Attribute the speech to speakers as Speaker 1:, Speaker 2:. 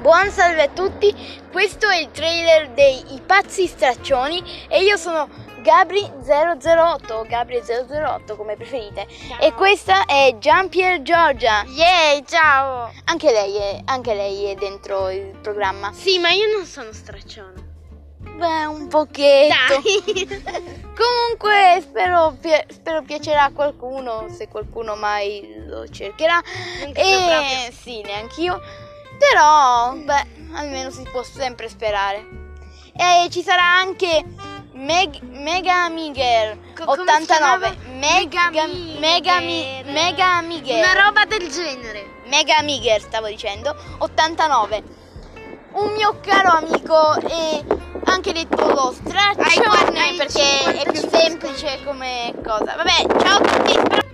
Speaker 1: Buon salve a tutti, questo è il trailer dei I pazzi straccioni e io sono Gabri008 o Gabri008 come preferite e questa è Giampier Giorgia.
Speaker 2: Yay, ciao!
Speaker 1: Anche lei, è, anche lei è dentro il programma.
Speaker 2: Sì, ma io non sono straccione.
Speaker 1: Beh, un pochetto. Comunque spero, pi- spero piacerà a qualcuno, se qualcuno mai lo cercherà.
Speaker 2: Non credo
Speaker 1: E
Speaker 2: proprio.
Speaker 1: sì, neanch'io. Però, beh, almeno si può sempre sperare. E ci sarà anche Meg- Mega Miguel
Speaker 2: Co- come
Speaker 1: 89.
Speaker 2: suonava?
Speaker 1: Mega
Speaker 2: Mega
Speaker 1: Mega Mi-
Speaker 2: Miguel.
Speaker 1: Mega Miguel.
Speaker 2: Una roba del genere.
Speaker 1: Mega Miger, stavo dicendo, 89. Un mio caro amico e anche detto lo
Speaker 2: Ai
Speaker 1: straccione
Speaker 2: guardi,
Speaker 1: perché è più
Speaker 2: 55
Speaker 1: semplice come cosa. Vabbè, ciao a tutti.